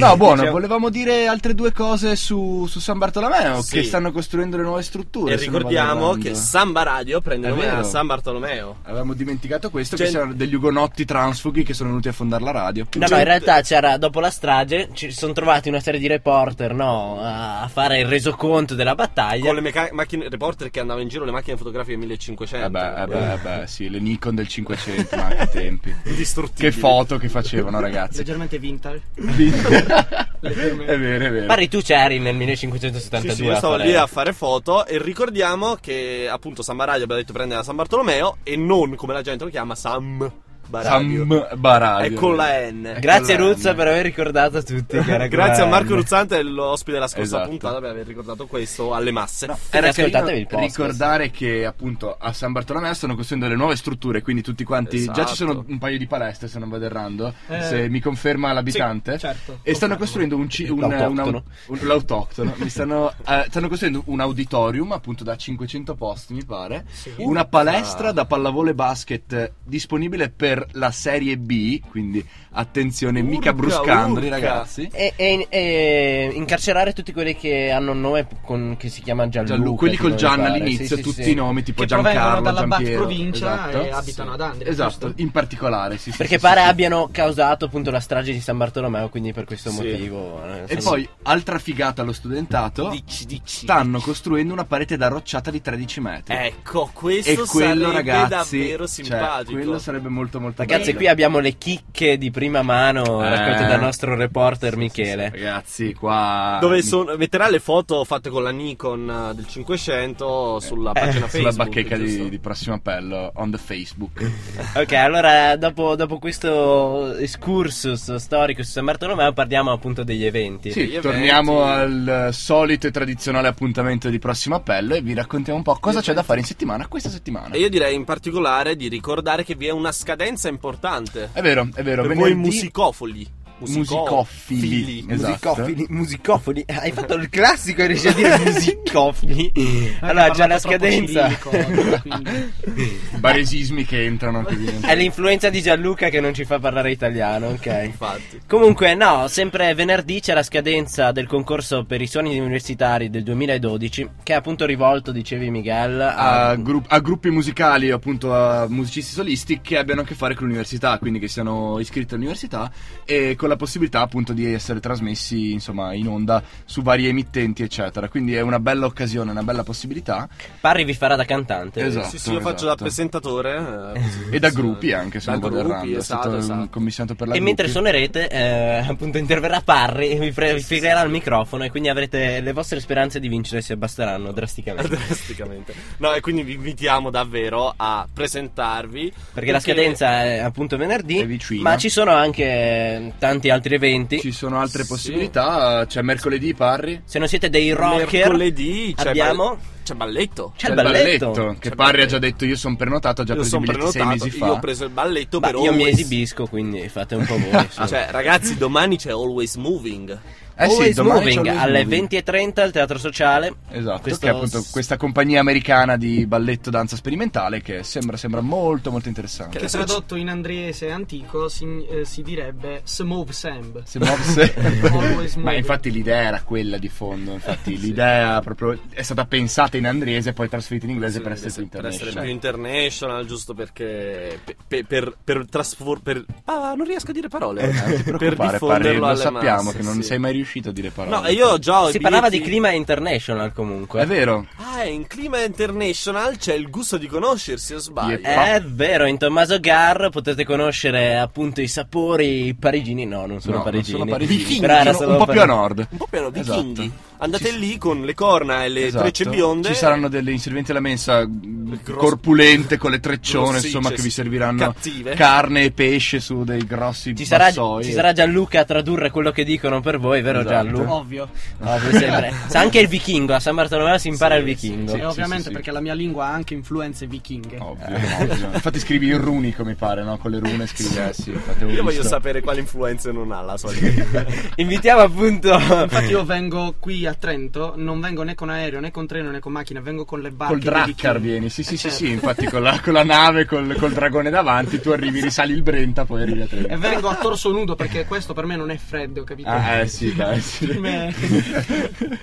[SPEAKER 3] No, buono,
[SPEAKER 4] Diciamo-
[SPEAKER 3] volevamo dire altre due cose su, su San Bartolomeo,
[SPEAKER 5] Sì.
[SPEAKER 3] che stanno costruendo le nuove strutture.
[SPEAKER 5] E
[SPEAKER 3] se non vado
[SPEAKER 5] ricordiamo
[SPEAKER 3] errando.
[SPEAKER 5] che Samba Radio prende
[SPEAKER 3] È
[SPEAKER 5] nome da
[SPEAKER 3] vero.
[SPEAKER 5] San Bartolomeo.
[SPEAKER 3] Avevamo dimenticato questo,
[SPEAKER 5] Gen-
[SPEAKER 3] che c'erano degli ugonotti transfughi che sono venuti a fondare la radio.
[SPEAKER 4] No, no, in realtà c'era dopo la strage, ci sono trovati una serie di reporter, no, a a fare il resoconto della battaglia.
[SPEAKER 5] Con le meca- macchine reporter che andavano in giro le macchine fotografiche Eh. 1500.
[SPEAKER 3] Vabbè, vabbè, vabbè, sì, le Nikon del 500, ma eh che tempi.
[SPEAKER 5] Indistruttibili.
[SPEAKER 3] Che foto che facevano, ragazzi.
[SPEAKER 7] Leggermente vintage.
[SPEAKER 3] è vero, è vero.
[SPEAKER 4] Pari tu c'eri nel
[SPEAKER 5] Sì,
[SPEAKER 4] 1572.
[SPEAKER 5] sì, io stavo
[SPEAKER 4] a
[SPEAKER 5] lì
[SPEAKER 4] Palermo.
[SPEAKER 5] a fare foto e ricordiamo che appunto Samba Radio abbiamo detto prende da San Bartolomeo e non come la gente lo chiama Sam Baradio.
[SPEAKER 3] Sam Baradio.
[SPEAKER 5] È con la N.
[SPEAKER 4] Grazie
[SPEAKER 3] Collana.
[SPEAKER 4] Ruzza per aver ricordato a tutti. che era
[SPEAKER 5] Grazie a
[SPEAKER 4] Collana.
[SPEAKER 5] Marco Ruzzante, l'ospite della scorsa
[SPEAKER 3] Esatto.
[SPEAKER 5] puntata, per aver ricordato questo alle masse.
[SPEAKER 3] Era
[SPEAKER 4] Quindi ascoltatevi
[SPEAKER 3] carino
[SPEAKER 4] il podcast.
[SPEAKER 3] ricordare che appunto a San Bartolomeo stanno costruendo le nuove strutture, quindi tutti quanti già
[SPEAKER 5] Esatto.
[SPEAKER 3] ci sono un paio di palestre se non vado errando,
[SPEAKER 7] Eh.
[SPEAKER 3] se mi conferma l'abitante.
[SPEAKER 7] Sì, certo,
[SPEAKER 3] E stanno
[SPEAKER 7] confermo.
[SPEAKER 3] costruendo un, ci- un-
[SPEAKER 4] L'autoctono.
[SPEAKER 3] un- un- l'autoctono, mi stanno, eh, stanno costruendo un auditorium appunto da 500 posti mi pare, una palestra da pallavolo e basket eh, disponibile per la serie B, quindi attenzione, mica
[SPEAKER 5] Urca,
[SPEAKER 3] bruscandoli
[SPEAKER 5] urca.
[SPEAKER 3] ragazzi.
[SPEAKER 4] E, e- e incarcerare tutti quelli che hanno un nome con- che si chiama Gianluca.
[SPEAKER 3] Gianluca, quelli
[SPEAKER 4] che
[SPEAKER 3] col
[SPEAKER 4] non
[SPEAKER 3] Gian
[SPEAKER 4] mi pare.
[SPEAKER 3] all'inizio,
[SPEAKER 4] Sì, sì,
[SPEAKER 3] tutti
[SPEAKER 4] sì.
[SPEAKER 3] i nomi tipo
[SPEAKER 7] Che
[SPEAKER 3] Giancarlo,
[SPEAKER 7] provengono dalla Bat
[SPEAKER 3] Giampiero,
[SPEAKER 7] provincia
[SPEAKER 3] esatto.
[SPEAKER 7] e abitano ad Andria,
[SPEAKER 3] Esatto,
[SPEAKER 7] giusto?
[SPEAKER 3] in particolare, sì, sì,
[SPEAKER 4] Perché
[SPEAKER 3] sì,
[SPEAKER 4] pare
[SPEAKER 3] sì, sì.
[SPEAKER 4] abbiano causato appunto la strage di San Bartolomeo, quindi per questo
[SPEAKER 5] Sì.
[SPEAKER 4] motivo. eh,
[SPEAKER 3] E
[SPEAKER 4] sono-
[SPEAKER 3] poi, altra figata allo studentato,
[SPEAKER 5] Dici, dici.
[SPEAKER 3] stanno costruendo una parete da rocciata di 13 metri.
[SPEAKER 5] Ecco, questo
[SPEAKER 3] e quello
[SPEAKER 5] sarebbe
[SPEAKER 3] ragazzi,
[SPEAKER 5] davvero
[SPEAKER 3] cioè,
[SPEAKER 5] simpatico.
[SPEAKER 3] quello sarebbe molto molto
[SPEAKER 4] Ragazzi,
[SPEAKER 3] bello.
[SPEAKER 4] qui abbiamo le chicche di prima mano
[SPEAKER 3] Eh.
[SPEAKER 4] raccolte dal nostro reporter Michele.
[SPEAKER 3] Ragazzi, qua
[SPEAKER 5] Dove sono- metterà le foto fatte con la Nikon eh, del 500 sulla pagina
[SPEAKER 3] Eh, sulla
[SPEAKER 5] Facebook.
[SPEAKER 3] bacheca
[SPEAKER 5] giusto?
[SPEAKER 3] di, di prossimo appello on the Facebook.
[SPEAKER 4] Ok, allora dopo, dopo questo excursus storico su San Bartolomeo parliamo appunto degli eventi.
[SPEAKER 3] Sì,
[SPEAKER 5] eventi.
[SPEAKER 3] torniamo al eh, solito e tradizionale appuntamento di prossimo appello e vi raccontiamo un po' cosa c'è da fare in settimana questa settimana.
[SPEAKER 5] E io direi in particolare di ricordare che vi è una scadenza importante.
[SPEAKER 3] È vero, è Eh, vero.
[SPEAKER 5] per voi
[SPEAKER 3] venerdì-
[SPEAKER 5] musicofoli.
[SPEAKER 3] Musicofili. Esatto.
[SPEAKER 4] Musicofili, musicofili, hai fatto il classico e riesci a dire musicofili. allora,
[SPEAKER 7] Abbiamo
[SPEAKER 4] già la
[SPEAKER 7] parlato troppo
[SPEAKER 4] scadenza.
[SPEAKER 7] cirillico, quindi.
[SPEAKER 3] Baresismi che entrano anche dentro.
[SPEAKER 4] È l'influenza di Gianluca che non ci fa parlare italiano, ok.
[SPEAKER 5] Infatti.
[SPEAKER 4] Comunque, no, sempre venerdì c'è la scadenza del concorso per i suoni universitari del 2012, che è appunto rivolto, dicevi Miguel, a...
[SPEAKER 3] a, gru- a gruppi musicali, appunto a musicisti solisti che abbiano a che fare con l'università, quindi che siano iscritti all'università e con la possibilità appunto di essere trasmessi insomma in onda su vari emittenti eccetera. Quindi è una bella occasione, una bella possibilità
[SPEAKER 4] Parri vi farà da cantante.
[SPEAKER 3] Esatto,
[SPEAKER 5] sì, sì, io faccio da
[SPEAKER 3] esatto.
[SPEAKER 5] presentatore. eh, così,
[SPEAKER 3] e da
[SPEAKER 5] sì.
[SPEAKER 3] gruppi anche se
[SPEAKER 5] Da
[SPEAKER 3] non vado
[SPEAKER 5] gruppi,
[SPEAKER 3] errando, è
[SPEAKER 5] esatto,
[SPEAKER 3] stato
[SPEAKER 5] esatto.
[SPEAKER 3] commissionato per la
[SPEAKER 4] E mentre
[SPEAKER 3] gruppi.
[SPEAKER 4] suonerete, eh, appunto, interverrà Parri e vi, fre- vi fregherà il microfono e quindi avrete le vostre speranze di vincere si abbasseranno drasticamente.
[SPEAKER 5] Drasticamente. No, e quindi vi invitiamo davvero a presentarvi.
[SPEAKER 4] Perché la scadenza è appunto venerdì,
[SPEAKER 3] È vicina.
[SPEAKER 4] ma ci sono anche eh, tanti altri eventi.
[SPEAKER 3] Ci sono altre
[SPEAKER 5] Sì.
[SPEAKER 3] possibilità. C'è mercoledì, Parri.
[SPEAKER 4] Se non siete dei rocker,
[SPEAKER 5] Mercoledì c'è
[SPEAKER 4] abbiamo-
[SPEAKER 5] bal- c'è balletto.
[SPEAKER 4] c'è il balletto.
[SPEAKER 3] che
[SPEAKER 5] C'è
[SPEAKER 3] Parri ha
[SPEAKER 5] il balletto.
[SPEAKER 3] già detto io sono prenotato, ha già
[SPEAKER 5] Io
[SPEAKER 3] preso i
[SPEAKER 5] sono
[SPEAKER 3] biglietti sei
[SPEAKER 5] prenotato,
[SPEAKER 3] mesi fa.
[SPEAKER 5] io ho preso il balletto
[SPEAKER 4] Ma
[SPEAKER 5] per
[SPEAKER 4] io mi
[SPEAKER 5] Always.
[SPEAKER 4] esibisco, quindi fate un po' voi. sì.
[SPEAKER 5] Cioè, ragazzi, domani c'è Always Moving.
[SPEAKER 3] Eh sì,
[SPEAKER 4] Always
[SPEAKER 3] domani c'è
[SPEAKER 4] Moving
[SPEAKER 3] Always
[SPEAKER 4] alle
[SPEAKER 3] Moving.
[SPEAKER 4] 20.30 al Teatro Sociale.
[SPEAKER 3] Esatto,
[SPEAKER 4] Questo
[SPEAKER 3] che è appunto
[SPEAKER 4] s-
[SPEAKER 3] questa compagnia americana di balletto danza sperimentale che sembra, sembra molto molto interessante.
[SPEAKER 5] Che-
[SPEAKER 7] Che tradotto in andriese antico si, eh, si direbbe Smove Samb.
[SPEAKER 3] Se muovesse-
[SPEAKER 7] Always
[SPEAKER 3] Ma
[SPEAKER 7] moving.
[SPEAKER 3] infatti l'idea era quella di fondo, infatti l'idea proprio è stata pensata in andrese e poi trasferita in inglese per essere più
[SPEAKER 5] per essere
[SPEAKER 3] international.
[SPEAKER 5] più international, giusto perché pe- pe- per, per, trasfor- per- ah, non riesco a dire parole
[SPEAKER 3] Eh, non ti
[SPEAKER 5] per
[SPEAKER 3] preoccupare, Parri,
[SPEAKER 5] diffonderlo
[SPEAKER 3] lo
[SPEAKER 5] alle
[SPEAKER 3] sappiamo
[SPEAKER 5] masse,
[SPEAKER 3] che non
[SPEAKER 5] sì.
[SPEAKER 3] sei mai riuscito a dire parole.
[SPEAKER 5] No, e io ho già ho i
[SPEAKER 4] Si parlava di
[SPEAKER 5] biglietti-
[SPEAKER 4] clima international comunque.
[SPEAKER 3] È vero,
[SPEAKER 5] Ah, in clima international c'è il gusto di conoscersi, o sbaglio? Eh,
[SPEAKER 3] Yeah.
[SPEAKER 4] È Eh, vero, in Tommaso Gar potete conoscere appunto i sapori parigini. No, non sono
[SPEAKER 3] No, non
[SPEAKER 4] parigini.
[SPEAKER 3] sono parigini.
[SPEAKER 5] Vichinghi,
[SPEAKER 4] Però era
[SPEAKER 3] sono
[SPEAKER 4] solo
[SPEAKER 3] un po'
[SPEAKER 4] per-
[SPEAKER 3] più a nord.
[SPEAKER 5] Un po' piano,
[SPEAKER 3] Esatto.
[SPEAKER 5] vichinghi. Andate lì con le corna e le
[SPEAKER 3] Esatto.
[SPEAKER 5] trecce bionde.
[SPEAKER 3] Ci saranno delle inservienti alla mensa mh, corpulente con le treccione,
[SPEAKER 5] grossicce,
[SPEAKER 3] insomma, che vi serviranno
[SPEAKER 5] cattive.
[SPEAKER 3] carne e pesce su dei grossi
[SPEAKER 4] Ci sarà,
[SPEAKER 3] vassoi.
[SPEAKER 4] ci sarà Gianluca a tradurre quello che dicono per voi, vero
[SPEAKER 3] Esatto.
[SPEAKER 4] Gianluca?
[SPEAKER 7] Ovvio.
[SPEAKER 4] Ovvio, sempre. Sa anche il vichingo, a San Bartolomeo si impara
[SPEAKER 7] Sì,
[SPEAKER 4] il vichingo.
[SPEAKER 7] sì,
[SPEAKER 3] sì,
[SPEAKER 7] ovviamente
[SPEAKER 3] sì. Oh.
[SPEAKER 7] perché la mia lingua ha anche influenze vichinghe.
[SPEAKER 3] Ovvio, ovvio. Infatti scrivi in runi come pare, no? Con le rune scrivi. Eh sì, infatti avevo
[SPEAKER 5] Io voglio
[SPEAKER 3] visto.
[SPEAKER 5] sapere quale influenza non ha la solita.
[SPEAKER 4] Invitiamo appunto.
[SPEAKER 7] Infatti
[SPEAKER 3] Eh.
[SPEAKER 7] io vengo qui a Trento, non vengo né con aereo né con treno né con macchina, vengo con le barche.
[SPEAKER 3] Col
[SPEAKER 7] di
[SPEAKER 3] Drakkar
[SPEAKER 7] vichinghi.
[SPEAKER 3] vieni, sì sì sì,
[SPEAKER 5] Eh,
[SPEAKER 7] Certo.
[SPEAKER 3] sì infatti con la, con la nave, col, col dragone davanti, tu arrivi, risali il Brenta, poi arrivi a
[SPEAKER 7] E
[SPEAKER 3] Trento.
[SPEAKER 7] vengo a torso nudo perché questo per me non è freddo, capito?
[SPEAKER 3] Ah eh sì, dai sì.
[SPEAKER 7] Me-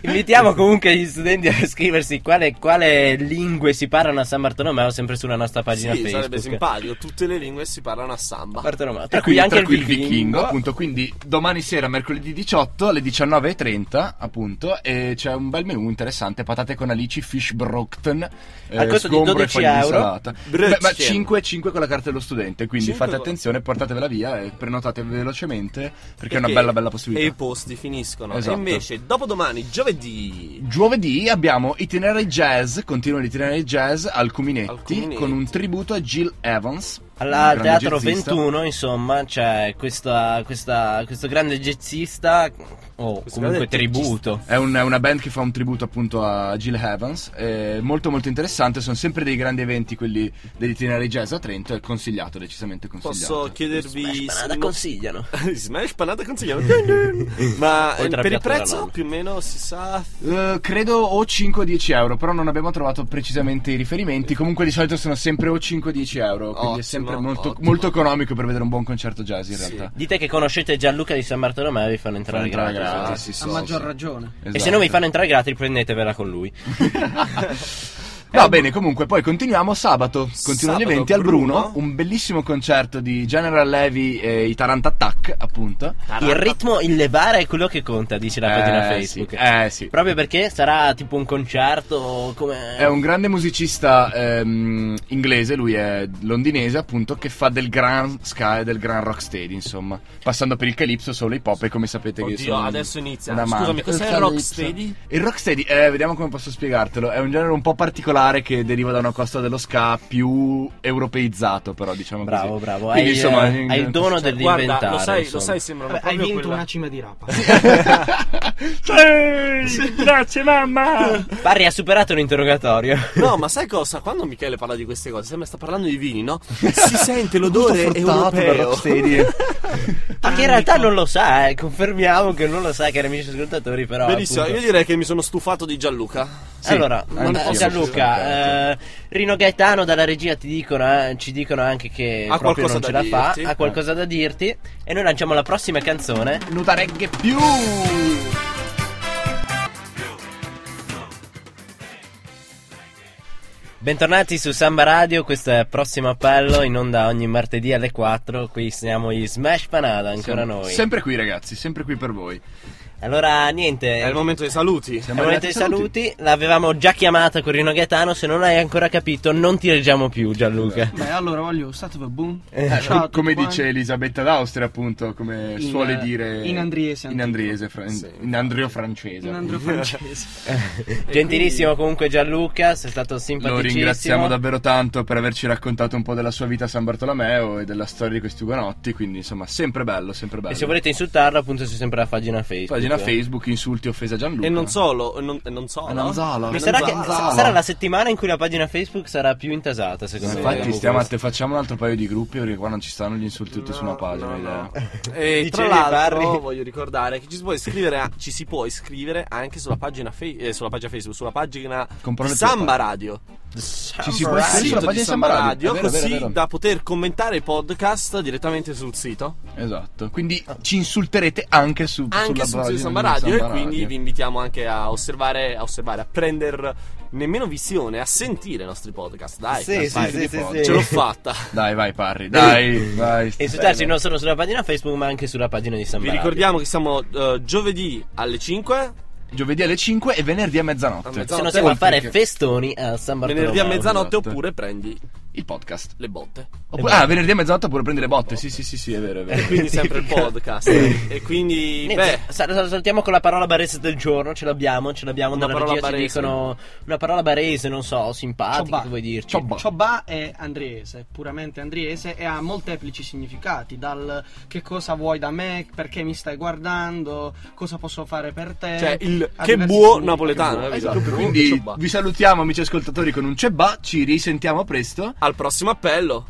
[SPEAKER 4] Invitiamo comunque gli studenti a scriversi quale, quale lingue si parlano a San Bartolomeo, sempre sulla nostra pagina
[SPEAKER 5] sì, sarebbe
[SPEAKER 4] Facebook.
[SPEAKER 5] simpatico. Tutte le lingue si parlano a samba.
[SPEAKER 4] Bartolomeo,
[SPEAKER 3] E
[SPEAKER 4] tra cui
[SPEAKER 3] quindi
[SPEAKER 4] anche
[SPEAKER 3] tra cui
[SPEAKER 4] il vichingo.
[SPEAKER 3] appunto quindi domani sera mercoledì 18 alle 19.30 appunto e c'è un bel menù interessante patate con alici fish brockton
[SPEAKER 4] Al costo di
[SPEAKER 3] sgombro e
[SPEAKER 4] 12
[SPEAKER 3] foglie di
[SPEAKER 4] euro.
[SPEAKER 3] insalata.
[SPEAKER 5] Brötchen.
[SPEAKER 3] Beh, ma 5 5 con la carta dello studente quindi
[SPEAKER 5] Cinque
[SPEAKER 3] fate
[SPEAKER 5] con-
[SPEAKER 3] attenzione portatevela via e prenotate velocemente perché, è una
[SPEAKER 5] Perché-
[SPEAKER 3] bella bella
[SPEAKER 5] E i
[SPEAKER 3] possibilità
[SPEAKER 5] posti finiscono.
[SPEAKER 3] Esatto.
[SPEAKER 5] E invece, dopodomani, giovedì.
[SPEAKER 3] Giovedì abbiamo Itinerari Jazz, continua l'itinerari jazz al Cuminetti,
[SPEAKER 5] Al Cuminetti.
[SPEAKER 3] con un tributo a Jill Evans.
[SPEAKER 4] Alla- Al
[SPEAKER 3] grande
[SPEAKER 4] Teatro
[SPEAKER 3] jazzista.
[SPEAKER 4] 21, insomma, c'è questa, questa- questo grande jazzista, o
[SPEAKER 5] Questo
[SPEAKER 4] comunque
[SPEAKER 5] grande
[SPEAKER 4] tributo.
[SPEAKER 3] È, un- è una band che fa un tributo appunto a Jill Evans, è molto molto interessante, sono sempre dei grandi eventi quelli degli itinerari jazz a Trento, è consigliato, decisamente consigliato.
[SPEAKER 5] Posso chiedervi.
[SPEAKER 4] Ma la
[SPEAKER 5] se-
[SPEAKER 4] consigliano.
[SPEAKER 5] Smash panata consigliamo. Ma eh,
[SPEAKER 4] Oltre a
[SPEAKER 5] per il
[SPEAKER 4] piatto da
[SPEAKER 5] prezzo
[SPEAKER 4] nonno.
[SPEAKER 5] più o meno si sa.
[SPEAKER 3] Eh, credo o 5 o 10 euro, però non abbiamo trovato precisamente i riferimenti, comunque di solito sono sempre o 5 o 10 euro, quindi
[SPEAKER 5] Ottimo,
[SPEAKER 3] è sempre molto,
[SPEAKER 5] ottimo.
[SPEAKER 3] molto economico per vedere un buon concerto jazz in
[SPEAKER 5] Sì.
[SPEAKER 3] realtà.
[SPEAKER 4] Dite che conoscete Gianluca di San Bartolomeo e vi fanno entrare
[SPEAKER 3] Entrare
[SPEAKER 4] gratis.
[SPEAKER 3] gratis, sì, sì,
[SPEAKER 7] a
[SPEAKER 3] sì,
[SPEAKER 7] maggior
[SPEAKER 3] sì.
[SPEAKER 7] ragione.
[SPEAKER 4] E se non vi
[SPEAKER 3] Esatto.
[SPEAKER 4] fanno entrare gratis, prendetevela con lui.
[SPEAKER 3] Va bene, comunque, poi continuiamo sabato. Continuano gli
[SPEAKER 5] Eh, Sabato,
[SPEAKER 3] eventi al Bruno,
[SPEAKER 5] Bruno.
[SPEAKER 3] un bellissimo concerto di General Levy e i Tarant Attack, appunto.
[SPEAKER 4] Il ritmo, il levare è quello che conta, dice la pagina
[SPEAKER 3] Eh,
[SPEAKER 4] Facebook.
[SPEAKER 3] sì, eh, sì.
[SPEAKER 4] Proprio perché sarà tipo un concerto come...
[SPEAKER 3] È un grande musicista ehm, inglese, lui è londinese, appunto, che fa del grand ska e del grand rocksteady, insomma. Passando per il calypso, solo hip hop e come sapete che
[SPEAKER 5] Oddio,
[SPEAKER 3] sono un-
[SPEAKER 5] adesso inizia.
[SPEAKER 3] un amante.
[SPEAKER 5] Scusami, cos'è il
[SPEAKER 3] calypso.
[SPEAKER 5] rocksteady?
[SPEAKER 3] Il rocksteady, eh, vediamo come posso spiegartelo, è un genere un po' particolare che deriva da una costa dello ska più europeizzato, però, diciamo così.
[SPEAKER 4] Bravo, bravo.
[SPEAKER 3] Quindi,
[SPEAKER 4] hai,
[SPEAKER 3] insomma,
[SPEAKER 4] eh,
[SPEAKER 3] in-
[SPEAKER 4] hai il dono
[SPEAKER 5] Guarda,
[SPEAKER 4] dell'inventare.
[SPEAKER 5] lo sai, lo
[SPEAKER 4] insomma.
[SPEAKER 5] sai, sembrano
[SPEAKER 3] Eh,
[SPEAKER 7] Vabbè, hai
[SPEAKER 5] proprio
[SPEAKER 7] vinto
[SPEAKER 5] quella-
[SPEAKER 7] una cima di rapa.
[SPEAKER 3] sì, grazie mamma.
[SPEAKER 4] Parri ha superato l'interrogatorio.
[SPEAKER 5] No, ma sai cosa? Quando Michele parla di queste cose, sembra sta parlando di vini, no? Si sente l'odore europeo.
[SPEAKER 4] Perché in realtà non lo sa, eh. confermiamo che non lo sa, cari amici ascoltatori, però...
[SPEAKER 5] Benissimo, eh,
[SPEAKER 4] appunto-
[SPEAKER 5] io direi che mi sono stufato di Gianluca.
[SPEAKER 4] allora,
[SPEAKER 3] anch'io
[SPEAKER 4] eh,
[SPEAKER 3] sono
[SPEAKER 4] Gianluca, eh, Rino Gaetano dalla regia ti dicono, eh, ci dicono anche che
[SPEAKER 5] Ha
[SPEAKER 4] proprio
[SPEAKER 5] qualcosa
[SPEAKER 4] non ce
[SPEAKER 5] da
[SPEAKER 4] la
[SPEAKER 5] dirti.
[SPEAKER 4] fa, ha qualcosa da dirti e noi lanciamo la prossima canzone.
[SPEAKER 3] Nutaregge più.
[SPEAKER 4] Bentornati su Samba Radio, questo è Prossimo Appello in onda ogni martedì alle 4, qui siamo gli Smash Panada, ancora noi.
[SPEAKER 3] Sempre qui ragazzi, sempre qui per voi.
[SPEAKER 4] Allora,
[SPEAKER 3] Eh,
[SPEAKER 4] niente.
[SPEAKER 5] È il momento dei saluti.
[SPEAKER 4] È il momento dei saluti. L'avevamo già chiamata Corino Gaetano. Se non hai ancora capito, non ti reggiamo più, Gianluca.
[SPEAKER 7] Beh, allora voglio stato va boom.
[SPEAKER 3] Eh,
[SPEAKER 7] Ciao a
[SPEAKER 3] co-
[SPEAKER 7] tutti
[SPEAKER 3] come
[SPEAKER 7] quanti.
[SPEAKER 3] dice Elisabetta d'Austria, appunto, come
[SPEAKER 7] In,
[SPEAKER 3] suole
[SPEAKER 7] eh,
[SPEAKER 3] dire
[SPEAKER 7] in andriese
[SPEAKER 3] in
[SPEAKER 7] antico.
[SPEAKER 3] andriese, fra- in-
[SPEAKER 5] Sì.
[SPEAKER 3] in andreo francese.
[SPEAKER 7] Un andro francese.
[SPEAKER 4] Gentilissimo comunque Gianluca, sei stato
[SPEAKER 3] Esatto. Lo
[SPEAKER 4] simpaticissimo.
[SPEAKER 3] ringraziamo davvero tanto per averci raccontato un po' della sua vita a San Bartolomeo e della storia di questi Uganotti. Quindi, insomma, sempre bello, sempre bello.
[SPEAKER 4] E se volete insultarlo, appunto, c'è sempre la pagina Facebook.
[SPEAKER 3] Pagina Facebook, insulti, offesa Gianluca.
[SPEAKER 5] E non solo, e non, e non solo.
[SPEAKER 3] E Eh, non solo.
[SPEAKER 4] Mi sarà che
[SPEAKER 3] Zanzala.
[SPEAKER 4] sarà la settimana in cui la pagina Facebook sarà più intasata,
[SPEAKER 3] Ma
[SPEAKER 4] secondo me.
[SPEAKER 3] Infatti,
[SPEAKER 4] Dopo
[SPEAKER 3] stiamo
[SPEAKER 4] questo.
[SPEAKER 3] att- facciamo un altro paio di gruppi perché qua non ci stanno gli insulti tutti su una pagina.
[SPEAKER 5] no,
[SPEAKER 3] idea.
[SPEAKER 5] no. E
[SPEAKER 4] Dicevi,
[SPEAKER 5] tra l'altro
[SPEAKER 4] Barry?
[SPEAKER 5] voglio ricordare che ci si può iscrivere, a- ci si può iscrivere anche sulla pagina, fe- eh, sulla pagina Facebook, sulla pagina
[SPEAKER 3] Comprare
[SPEAKER 5] di
[SPEAKER 3] più
[SPEAKER 5] Samba
[SPEAKER 3] pagine.
[SPEAKER 5] Radio.
[SPEAKER 3] Ci si
[SPEAKER 5] Sul
[SPEAKER 3] può iscrivere
[SPEAKER 5] sito
[SPEAKER 3] sulla
[SPEAKER 5] di
[SPEAKER 3] pagina
[SPEAKER 5] Samba Radio,
[SPEAKER 3] È vero, è vero,
[SPEAKER 5] così
[SPEAKER 3] è vero.
[SPEAKER 5] da poter commentare i podcast direttamente sul sito.
[SPEAKER 3] Esatto. Quindi ci insulterete anche su
[SPEAKER 5] Anche
[SPEAKER 3] sulla
[SPEAKER 5] sul sito di
[SPEAKER 3] pagina
[SPEAKER 5] Samba Radio. E
[SPEAKER 3] Samba
[SPEAKER 5] quindi
[SPEAKER 3] Radio.
[SPEAKER 5] vi invitiamo anche a osservare, a osservare, a prendere nemmeno visione, a sentire i nostri podcast. Dai,
[SPEAKER 4] Sì,
[SPEAKER 5] dai,
[SPEAKER 4] sì,
[SPEAKER 5] dai,
[SPEAKER 4] sì,
[SPEAKER 3] di
[SPEAKER 4] sì,
[SPEAKER 3] foto.
[SPEAKER 4] sì.
[SPEAKER 5] ce l'ho fatta.
[SPEAKER 3] Dai, vai, Parri. Dai, vai.
[SPEAKER 4] E insultarci non solo sulla pagina Facebook, ma anche sulla pagina di San
[SPEAKER 5] Vi
[SPEAKER 4] Barabbio.
[SPEAKER 5] ricordiamo che siamo eh, giovedì alle 5,
[SPEAKER 3] Giovedì alle 5 e venerdì a mezzanotte.
[SPEAKER 5] A mezzanotte.
[SPEAKER 4] Se no stiamo a
[SPEAKER 3] Oltre
[SPEAKER 4] fare
[SPEAKER 3] che
[SPEAKER 4] festoni a San Bartolomeo.
[SPEAKER 5] venerdì a mezzanotte,
[SPEAKER 3] esatto.
[SPEAKER 5] oppure prendi
[SPEAKER 3] il podcast.
[SPEAKER 5] le botte.
[SPEAKER 3] Oppure- ah, venerdì a mezzanotte oppure prendere botte. Sì, sì, sì, sì, è vero, è
[SPEAKER 5] E
[SPEAKER 3] vero.
[SPEAKER 5] quindi sempre il podcast. e quindi,
[SPEAKER 4] Niente,
[SPEAKER 5] beh,
[SPEAKER 4] sal- sal- salutiamo con la parola barese del giorno, ce l'abbiamo, ce l'abbiamo
[SPEAKER 5] Una
[SPEAKER 4] dalla
[SPEAKER 5] parola
[SPEAKER 4] regia, ci
[SPEAKER 5] barese.
[SPEAKER 4] dicono una parola barese, non so, simpatica,
[SPEAKER 7] Ciobba.
[SPEAKER 4] che vuoi dirci?
[SPEAKER 3] Ciobba.
[SPEAKER 7] Ciobba è andriese, puramente andriese e ha molteplici significati, dal che cosa vuoi da me, perché mi stai guardando, cosa posso fare per te.
[SPEAKER 5] cioè, il
[SPEAKER 7] Ha
[SPEAKER 5] che
[SPEAKER 7] diversi
[SPEAKER 5] buo
[SPEAKER 7] significati.
[SPEAKER 5] napoletano. capito?
[SPEAKER 3] Esatto,
[SPEAKER 5] Buo,
[SPEAKER 3] quindi
[SPEAKER 5] ciobba.
[SPEAKER 3] vi salutiamo amici ascoltatori con un cebà, ci risentiamo presto.
[SPEAKER 5] al prossimo appello.